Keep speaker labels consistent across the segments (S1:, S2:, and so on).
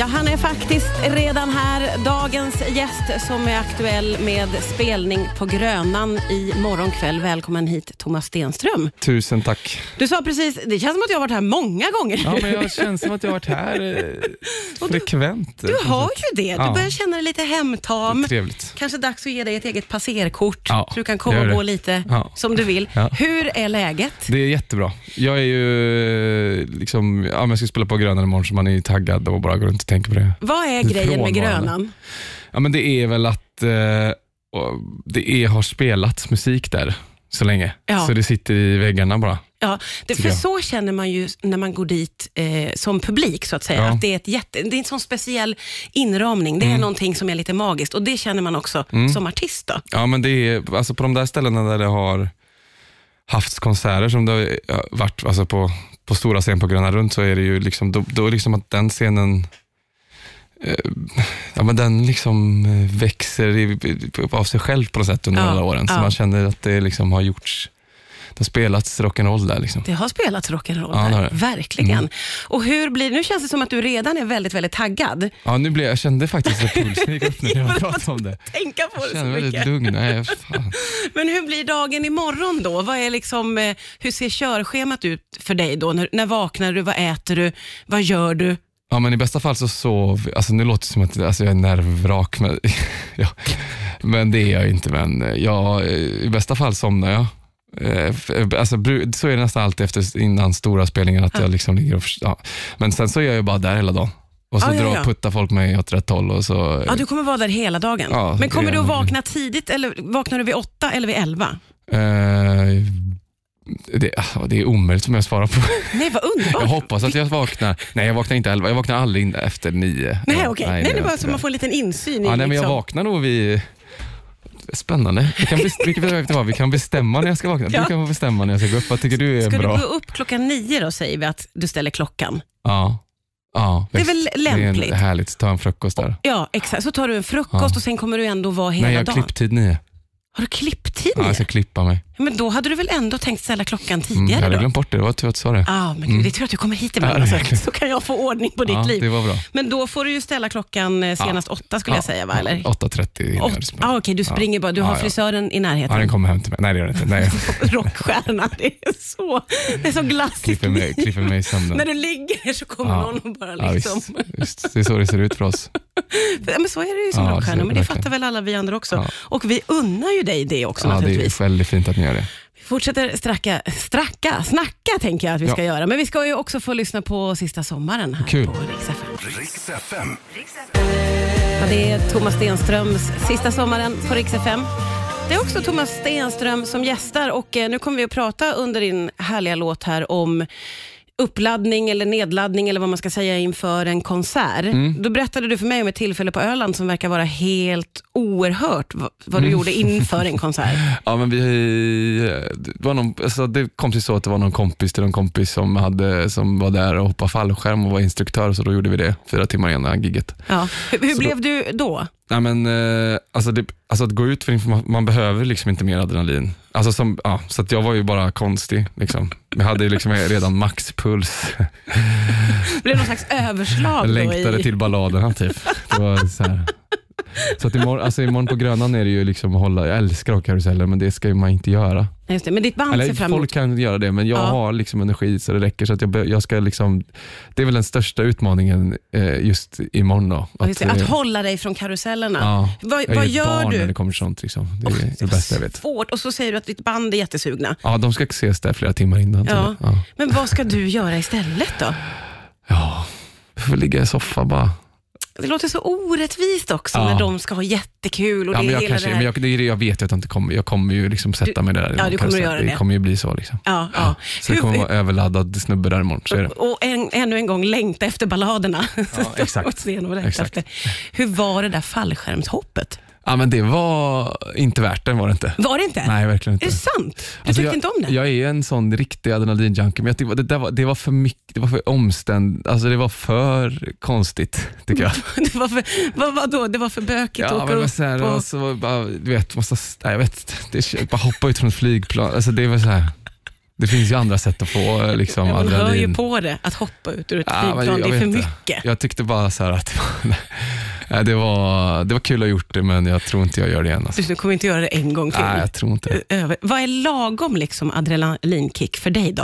S1: Ja, han är faktiskt redan här. Dagens gäst som är aktuell med spelning på Grönan i morgon kväll. Välkommen hit Thomas Stenström.
S2: Tusen tack.
S1: Du sa precis, det känns som att jag har varit här många gånger.
S2: Ja, men jag känns som att jag har varit här eh, frekvent.
S1: Du har ju det. Du
S2: Ja.
S1: börjar känna dig lite hemtam.
S2: Trevligt.
S1: Kanske dags att ge dig ett eget passerkort
S2: Ja,
S1: så du kan komma
S2: gör
S1: och
S2: det.
S1: gå lite
S2: Ja.
S1: som du vill.
S2: Ja.
S1: Hur är läget?
S2: Det är jättebra. Jag är ju eh, liksom, ja, men jag ska spela på Grönan imorgon så man är ju taggad och bara går runt och tänker på det.
S1: Vad är
S2: Det är
S1: grejen med
S2: frånvarande.
S1: Grönan?
S2: Ja, men det är väl att eh, och det är, har spelats musik där så länge.
S1: Ja.
S2: Så det sitter i väggarna bara.
S1: Ja, det,
S2: Tycker
S1: för
S2: jag.
S1: så känner man ju när man går dit eh, som publik, så att säga.
S2: Ja. Mm.
S1: Att det, är ett jätte, det är en sån speciell inramning. Det är någonting som är lite magiskt och det känner man också som artist. Då.
S2: Ja, men det är, alltså på de där ställena där det har haft konserter som det har ja, varit alltså på, på stora scen på Gröna Runt så är det ju liksom, då, då är det liksom att den scenen eh, Ja, men den liksom eh, växer i, av sig själv på något sätt under
S1: Ja,
S2: alla åren. Så
S1: ja.
S2: man känner att det liksom har gjorts, det har spelats rock'n'roll där. Liksom.
S1: Det har spelat rock'n'roll
S2: Ja, det har
S1: där,
S2: det. Mm.
S1: verkligen. Och hur blir, nu känns det som att du redan är väldigt, väldigt taggad.
S2: Ja, nu blev, jag kände faktiskt att pulsen gick upp när jag pratade om det.
S1: Tänka på
S2: Jag
S1: det så
S2: känner mig väldigt
S1: mycket.
S2: lugn. Nej, fan.
S1: Men hur blir dagen imorgon då? Vad är liksom, eh, hur ser körschemat ut för dig då? När, när vaknar du? Vad äter du? Vad gör du?
S2: Ja, men i bästa fall så sov alltså nu låter det som att alltså, jag är nervvrak, men, ja, men det är jag inte. Men eh, jag, eh, i bästa fall somnar jag. Eh, f- eh, Alltså, bru- så är det nästan alltid efter, innan stora spelningar, att jag liksom ligger och... förs- Ja. Men sen så är jag ju bara där hela dagen. Och så
S1: Ja, ja,
S2: drar,
S1: ja.
S2: puttar folk mig åt rätt håll och så...
S1: Ja, du kommer vara där hela dagen.
S2: Ja,
S1: Men kommer
S2: det-
S1: du att vakna tidigt eller vaknar du vid åtta eller vid elva?
S2: Eh, det, ah, det är omöjligt som jag svarar på.
S1: Nej, vad underbart.
S2: Jag hoppas att jag vaknar. Nej, jag vaknar inte elva. Jag vaknar aldrig in efter nio.
S1: Nej,
S2: Ja,
S1: okej.
S2: det
S1: Nej, det är
S2: gör jag
S1: bara
S2: inte.
S1: så man får en liten insyn
S2: Ja,
S1: i
S2: nej, men jag
S1: liksom.
S2: vaknar nog vid... Spännande. Vi kan, bes- vilket vet du vad? vi kan bestämma när jag ska vakna.
S1: Ja.
S2: Du kan få bestämma när jag ska gå upp. Vad tycker du är
S1: Ska
S2: bra?
S1: du gå upp klockan nio då, säger vi att du ställer klockan.
S2: Ja. ja
S1: Det är
S2: visst.
S1: väl
S2: Det
S1: lämpligt?
S2: är en- härligt. Ta en frukost där.
S1: Ja, exakt. Så tar du en frukost
S2: Ja.
S1: och sen kommer du ändå vara hela
S2: Nej, jag har
S1: dagen.
S2: klipptid nio.
S1: Har du klipptid?
S2: Ja, jag ska klippa mig.
S1: Men då hade du väl ändå tänkt ställa klockan
S2: Mm, jag
S1: tidigare
S2: hade
S1: då?
S2: glömt bort det. Det var tur att du sa det.
S1: Ja, men gud, det är tur att du kommer hit
S2: Ja,
S1: ibland. alltså.
S2: verkligen.
S1: Så kan jag få ordning på ditt
S2: ja,
S1: liv.
S2: Det var bra.
S1: Men då får du ju ställa klockan eh, senast åtta skulle jag säga, va? Eller?
S2: 8.30 hinner jag
S1: Åt-
S2: spela.
S1: Ah, Okej, du springer bara. Du har
S2: Ja, ja.
S1: frisören i
S2: Ja,
S1: närheten.
S2: den kommer hem till mig. Nej, det gör den inte. Nej, jag
S1: Rockstjärna. Det är så, det är så glassigt.
S2: klipper mig, klipper mig i sömnen.
S1: När du ligger så kommer
S2: Ja.
S1: någon och bara
S2: Ja,
S1: liksom...
S2: visst, visst. Det är så det ser ut för oss.
S1: Ja, men så är det ju som
S2: Ja, det
S1: rockstjärna,
S2: ser
S1: men det
S2: verkligen.
S1: fattar väl alla vi andra också.
S2: Ja.
S1: Och vi unnar ju dig det också
S2: Ja, det
S1: naturligtvis.
S2: är väldigt fint att ni gör det.
S1: Vi fortsätter stracka, stracka, snacka tänker jag att vi
S2: Ja.
S1: ska göra. Men vi ska ju också få lyssna på sista sommaren här
S2: Kul.
S1: på Rix FM.
S3: Riks FM.
S1: Ja, det är Thomas Stenströms sista sommaren på Rix FM. Det är också Thomas Stenström som gästar och eh, nu kommer vi att prata under din härliga låt här om uppladdning eller nedladdning eller vad man ska säga inför en konsert.
S2: Mm.
S1: Då berättade du för mig om ett tillfälle på Öland som verkar vara helt oerhört vad, vad
S2: Mm.
S1: du gjorde inför en konsert.
S2: Ja, men vi, det, var någon, alltså det kom till så att det var någon kompis till någon kompis som, hade, som var där och hoppade fallskärm och var instruktör, så då gjorde vi det fyra timmar innan gigget.
S1: Ja. Hur, hur
S2: Så
S1: blev du då?
S2: Nej, men, eh, alltså, det, alltså att gå ut för information, man behöver liksom inte mer adrenalin. Alltså som, ja, så att jag var ju bara konstig. Liksom. Jag hade ju liksom redan maxpuls.
S1: Blev det någon slags överslag
S2: Jag
S1: då?
S2: längtade
S1: I,
S2: till balladerna typ. Det var så här. Så att imorgon, alltså imorgon på Grönan är det ju liksom att hålla, jag älskar att ha karuseller men det ska ju man inte göra.
S1: Nej, just det, men ditt band ser
S2: Eller
S1: fram emot
S2: folk kan göra det, men jag
S1: Ja.
S2: har liksom energi så det räcker. Så att jag, be- jag ska liksom, det är väl den största utmaningen eh, just imorgon. Då,
S1: Ja, just det,
S2: eh,
S1: att hålla dig från karusellerna.
S2: ja,
S1: Vad,
S2: jag är
S1: vad
S2: ett
S1: gör
S2: barn
S1: du?
S2: när det kommer till sånt. Liksom. Det är det
S1: var
S2: bästa jag vet.
S1: Svårt. Och så säger du att ditt band är jättesugna.
S2: Ja, de ska ses där flera timmar innan.
S1: Ja.
S2: Ja. Ja.
S1: Men vad ska du göra istället då?
S2: ja, jag får ligga i soffan bara.
S1: Det låter så orättvist också
S2: Ja.
S1: när de ska ha jättekul och
S2: Ja,
S1: det
S2: men
S1: är
S2: jag,
S1: hela
S2: kanske,
S1: det här.
S2: men jag, det är det jag vet ju att jag inte kommer. Jag kommer ju liksom sätta mig där. i
S1: ja,
S2: någon
S1: du kommer att
S2: karusell.
S1: göra det.
S2: det kommer ju bli så. Liksom.
S1: Ja, ja.
S2: Så det
S1: Hur-
S2: kommer vara överladdad snubbe där imorgon. Så är det.
S1: Och en, ännu en gång längta efter balladerna.
S2: Ja, exakt.
S1: Och sen och längta
S2: Exakt.
S1: Efter. Hur var det där fallskärmshoppet?
S2: Ja, men det var inte värt det, var det inte.
S1: Var det inte?
S2: Nej, verkligen inte.
S1: Är det sant? Du
S2: Alltså,
S1: tyckte
S2: jag,
S1: inte om det?
S2: Jag är en sån riktig adrenalinjunkie, men jag tyckte, det, där var, det var för mycket, det var för omständ, alltså det var för konstigt tycker jag.
S1: Det var för, vad, vadå? Det var för bökigt att
S2: Ja,
S1: åka
S2: men
S1: upp
S2: så här,
S1: och...
S2: och så Alltså, var det bara, du vet, massa, nej, jag vet, det, bara hoppa ut från ett flygplan, alltså det var så här. Det finns ju andra sätt att få eh, liksom,
S1: Man hör ju
S2: adrenalin.
S1: på det, att hoppa ut ur ett
S2: Ja, men
S1: flygplan,
S2: jag
S1: det är för
S2: vet inte.
S1: mycket.
S2: Jag tyckte bara så här att det var, nej, det, var, det var kul att ha gjort det, men jag tror inte jag gör det igen. Alltså.
S1: Du, du kommer inte göra det en gång till.
S2: Nej, jag tror inte det.
S1: Över. Vad är lagom liksom adrenalinkick för dig då?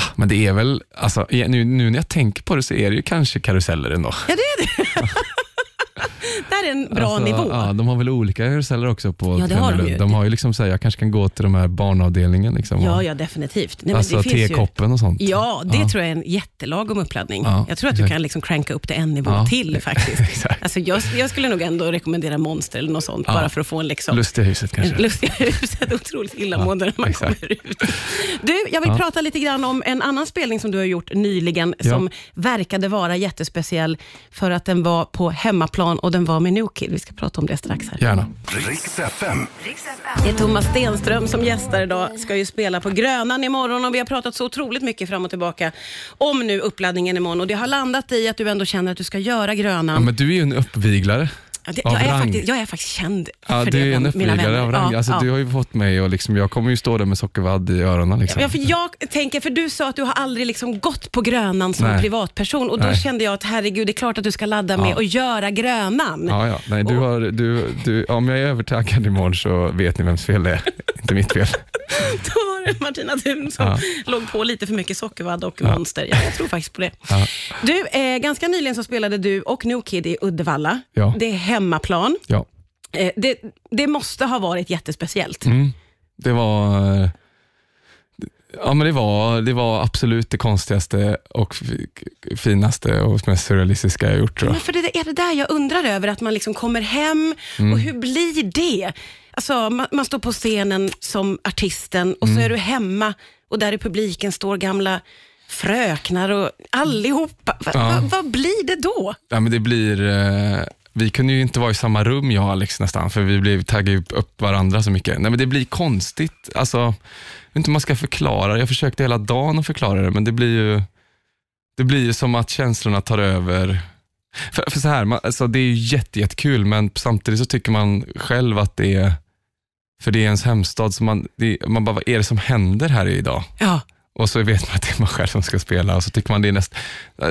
S2: Ah, Men det är väl, alltså, i- nu, nu när jag tänker på det så är det ju kanske karuseller ändå.
S1: Ja, det är det. det här är en bra
S2: alltså,
S1: nivå.
S2: Ja, de har väl olika karuseller också på
S1: Ja, det har de
S2: Tröndelag.
S1: ju.
S2: De har ju liksom så här, jag kanske kan gå till de här barnavdelningen. Liksom,
S1: Ja,
S2: och,
S1: ja, definitivt. Nej, men
S2: alltså
S1: det finns ju-
S2: tekoppen och sånt.
S1: Ja, det tror jag är en jättelagom uppladdning.
S2: Ja,
S1: jag tror att du
S2: exakt.
S1: kan liksom cranka upp det en nivå
S2: Ja.
S1: till faktiskt.
S2: Exakt.
S1: Alltså, jag, jag skulle nog ändå rekommendera Monster eller något sånt,
S2: Ja.
S1: bara för att få en liksom,
S2: Lustiga huset kanske.
S1: en lustiga huset. Otroligt illamående när man
S2: exakt.
S1: kommer ut. Du, jag vill
S2: Ja.
S1: prata lite grann om en annan spelning som du har gjort nyligen,
S2: Ja.
S1: som verkade vara jättespeciell för att den var på hemmaplan och den var med Nokid. Vi ska prata om det strax här.
S2: Gärna.
S3: Riks FM.
S1: Det är Thomas Stenström som gästar idag. Ska ju spela på Grönan imorgon och vi har pratat så otroligt mycket fram och tillbaka om nu uppladdningen imorgon och det har landat i att du ändå känner att du ska göra
S2: Ja,
S1: Grönan.
S2: men du är ju en uppviglare
S1: Ja, det,
S2: av
S1: jag, är
S2: rang.
S1: faktiskt, jag är faktiskt känd
S2: Ja,
S1: för
S2: du
S1: det
S2: är en
S1: bland mina
S2: uppviglare
S1: vänner.
S2: av rang. alltså, Du har ju fått mig och liksom, jag kommer ju stå där med sockervadd i öronen. Liksom.
S1: Ja, för jag tänker, för du sa att du har aldrig liksom gått på Grönan som
S2: Nej.
S1: privatperson och då
S2: Nej.
S1: kände jag att herregud, det är klart att du ska ladda med
S2: Ja.
S1: och göra Grönan.
S2: Ja, ja. Nej, du
S1: Och-
S2: har, du, du, om jag är övertaggad imorgon så vet ni vems fel det är. Inte mitt fel.
S1: Då var det Martina Thun som
S2: Ja.
S1: låg på lite för mycket sockervadd och monster. Ja, jag tror faktiskt på det.
S2: Ja.
S1: Du, eh, ganska nyligen så spelade du och New Kid i Uddevalla.
S2: Ja.
S1: Det är hemmaplan.
S2: Ja.
S1: Eh, det, det måste ha varit jättespeciellt.
S2: Mm. Det var... eh, Ja, men det, var, det var absolut det konstigaste och f- finaste och mest surrealistiska jag gjort tror jag.
S1: Men för det är det där jag undrar över, att man liksom kommer hem
S2: Mm.
S1: och hur blir det? Alltså, man, man står på scenen som artisten och
S2: Mm.
S1: så är du hemma och där i publiken står gamla fröknar och allihopa. Va,
S2: Ja.
S1: va, vad blir det då?
S2: Ja, men det blir, eh, vi kunde ju inte vara i samma rum jag och Alex nästan, för vi blev taggade upp- upp varandra så mycket. Nej, men det blir konstigt, alltså, jag vet inte hur man ska förklara det. Jag försökte hela dagen att förklara det, men det blir ju, det blir ju som att känslorna tar över. För, för så här, man, alltså, det är ju jätte, jättekul, men samtidigt så tycker man själv att det är, för det är ens hemstad, så man, det, man bara, vad är det som händer här idag?
S1: Ja.
S2: Och så vet man att det är man själv som ska spela och så tycker man det är näst,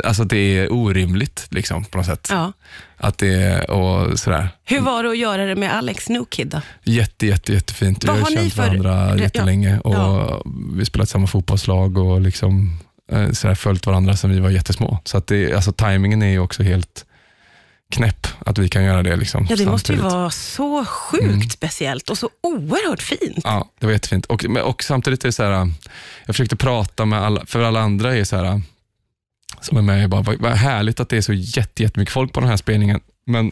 S2: alltså det är orimligt liksom på något sätt.
S1: ja.
S2: Att det och sådär.
S1: Hur var det att göra det med Alex Nukid då?
S2: Jätte, jätte, jättefint. Vi
S1: Vad
S2: har,
S1: har ni
S2: känt
S1: för-
S2: varandra
S1: Ja.
S2: jättelänge och
S1: Ja.
S2: vi spelat samma fotbollslag och liksom, eh, sådär, följt varandra sedan vi var jättesmå. Så att det, alltså, tajmingen är ju också helt knäpp att vi kan göra det. Liksom,
S1: Ja, det måste ju
S2: samtidigt. Mm.
S1: vara så sjukt speciellt och så oerhört fint.
S2: Ja, det var jättefint. Och, men- och samtidigt är det så här, äh, jag försökte prata med alla, för alla andra är så här, äh, som är med, är bara, vad, vad härligt att det är så jätte, jättemycket folk på den här spelningen, men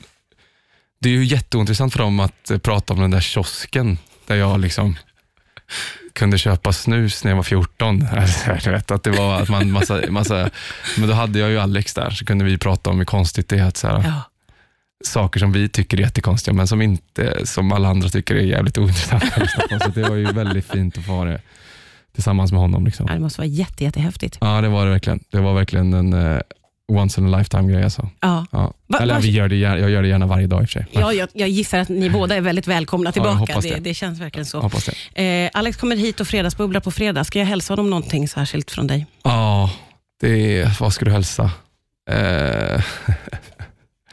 S2: det är ju jätteointressant för dem att eh, prata om den där kiosken, där jag liksom kunde köpa snus när jag var 14. Alltså, du vet, att det var att man massa, massa, men då hade jag ju Alex där, så kunde vi prata om hur konstigt det är att så här,
S1: Ja.
S2: saker som vi tycker är jättekonstiga, men som, inte, som alla andra tycker är jävligt ointressanta. att lyssna på. Så det var ju väldigt fint att få ha det tillsammans med honom. Liksom.
S1: Ja, Det måste vara jätte, jättehäftigt.
S2: Ja, det var det verkligen. Det var verkligen en eh, once in a lifetime-grej. Alltså.
S1: Ja.
S2: Ja.
S1: Va-
S2: Eller
S1: vad-
S2: vi gör det, gär- jag gör det gärna varje dag i och för sig. Men
S1: Ja, jag, jag gissar att ni båda är väldigt välkomna
S2: jag
S1: tillbaka.
S2: hoppas
S1: det.
S2: det.
S1: Det, känns verkligen så.
S2: Hoppas det.
S1: Eh, Alex kommer hit och fredagsbubblar på fredag. Ska jag hälsa honom någonting särskilt från dig?
S2: Ja, det är, vad ska du hälsa? Eh,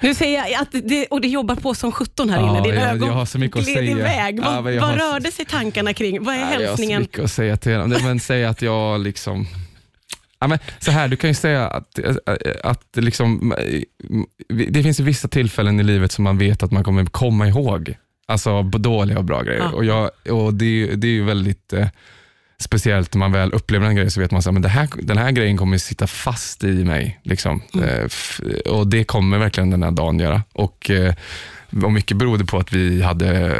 S1: Nu säger jag att det, och det jobbar på som 17 här
S2: Ja,
S1: inne. Dina
S2: jag-
S1: ögon
S2: jag har så mycket att
S1: gled
S2: säga.
S1: iväg. Vad,
S2: Ja, men jag
S1: vad
S2: har-
S1: rörde sig tankarna kring? Vad är
S2: nej, Jag har så
S1: hälsningen?
S2: mycket att säga till honom. Nej, Men säg att jag liksom... Ja, men så här, du kan ju säga att, att liksom, det finns ju vissa tillfällen i livet som man vet att man kommer komma ihåg. Alltså b- dåliga och bra grejer.
S1: Ja.
S2: Och jag, och det, är ju- det är ju väldigt eh, speciellt när man väl upplever en grej så vet man att den här, den här grejen kommer sitta fast i mig. Liksom. Eh, f- och Det kommer verkligen den här dagen göra. Och, eh, och mycket berodde på att vi hade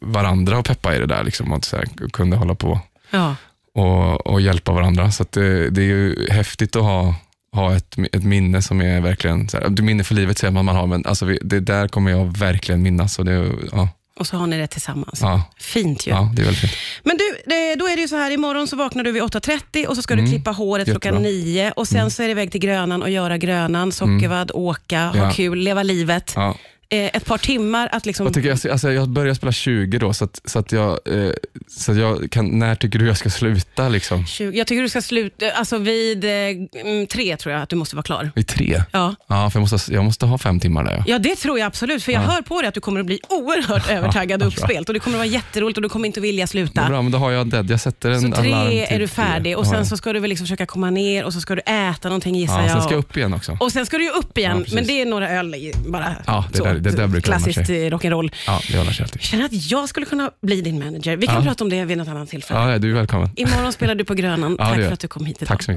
S2: varandra att peppa i det där liksom, och så här, kunde hålla på
S1: Ja.
S2: och, och hjälpa varandra. Så att det, det är ju häftigt att ha, ha ett, ett minne som är verkligen, så här, minne för livet säger man man har, men alltså vi, det där kommer jag verkligen minnas. Och det, ja,
S1: Och så har ni det tillsammans.
S2: ja,
S1: Fint ju.
S2: ja, det är väldigt fint.
S1: Men du, det- då är det ju så här, imorgon så vaknar du vid 8.30 och så ska du
S2: Mm.
S1: klippa håret klockan
S2: Jättebra. Mm.
S1: 9 och sen så är det iväg till Grönan och göra Grönan, sockervadd, åka, ha
S2: Ja.
S1: kul, leva livet.
S2: Ja,
S1: eh, ett par timmar att liksom...
S2: Jag, tycker, alltså, alltså, jag började spela 20 då, så att, så att jag, eh, så att jag kan, när tycker du jag ska sluta? Liksom?
S1: 20, jag tycker du ska sluta, alltså vid eh, mm, tre tror jag att du måste vara klar.
S2: Vid tre?
S1: Ja.
S2: Ja, för jag måste, jag måste ha fem timmar där. Ja.
S1: Ja, det tror jag absolut, för jag hör på dig att du kommer att bli oerhört övertaggad och
S2: bra.
S1: uppspelt och det kommer att vara jätteroligt och du kommer inte att vilja
S2: Det är
S1: sluta.
S2: bra, men då har jag dead. Jag sätter en
S1: Så
S2: alarm
S1: tre
S2: till
S1: är du
S2: tre.
S1: färdig och
S2: Ja,
S1: sen
S2: ja.
S1: så ska du väl liksom försöka komma ner och så ska du äta någonting gissar
S2: ja,
S1: jag.
S2: sen ska jag upp igen också.
S1: Och sen ska du ju upp
S2: Ja,
S1: igen,
S2: precis.
S1: men det är några öl i bara.
S2: Ja, det där- det där brukar ordna sig.
S1: Klassiskt eh, rock'n'roll.
S2: Ja, det håller sig alltid.
S1: Jag känner att jag skulle kunna bli din manager. Vi kan
S2: Ja.
S1: prata om det vid något annat tillfälle.
S2: Ja, ja, du är välkommen.
S1: Imorgon spelar du på Grönan.
S2: Ja, det
S1: Tack
S2: gör
S1: för
S2: jag.
S1: att du kom hit idag.
S2: Tack så mycket.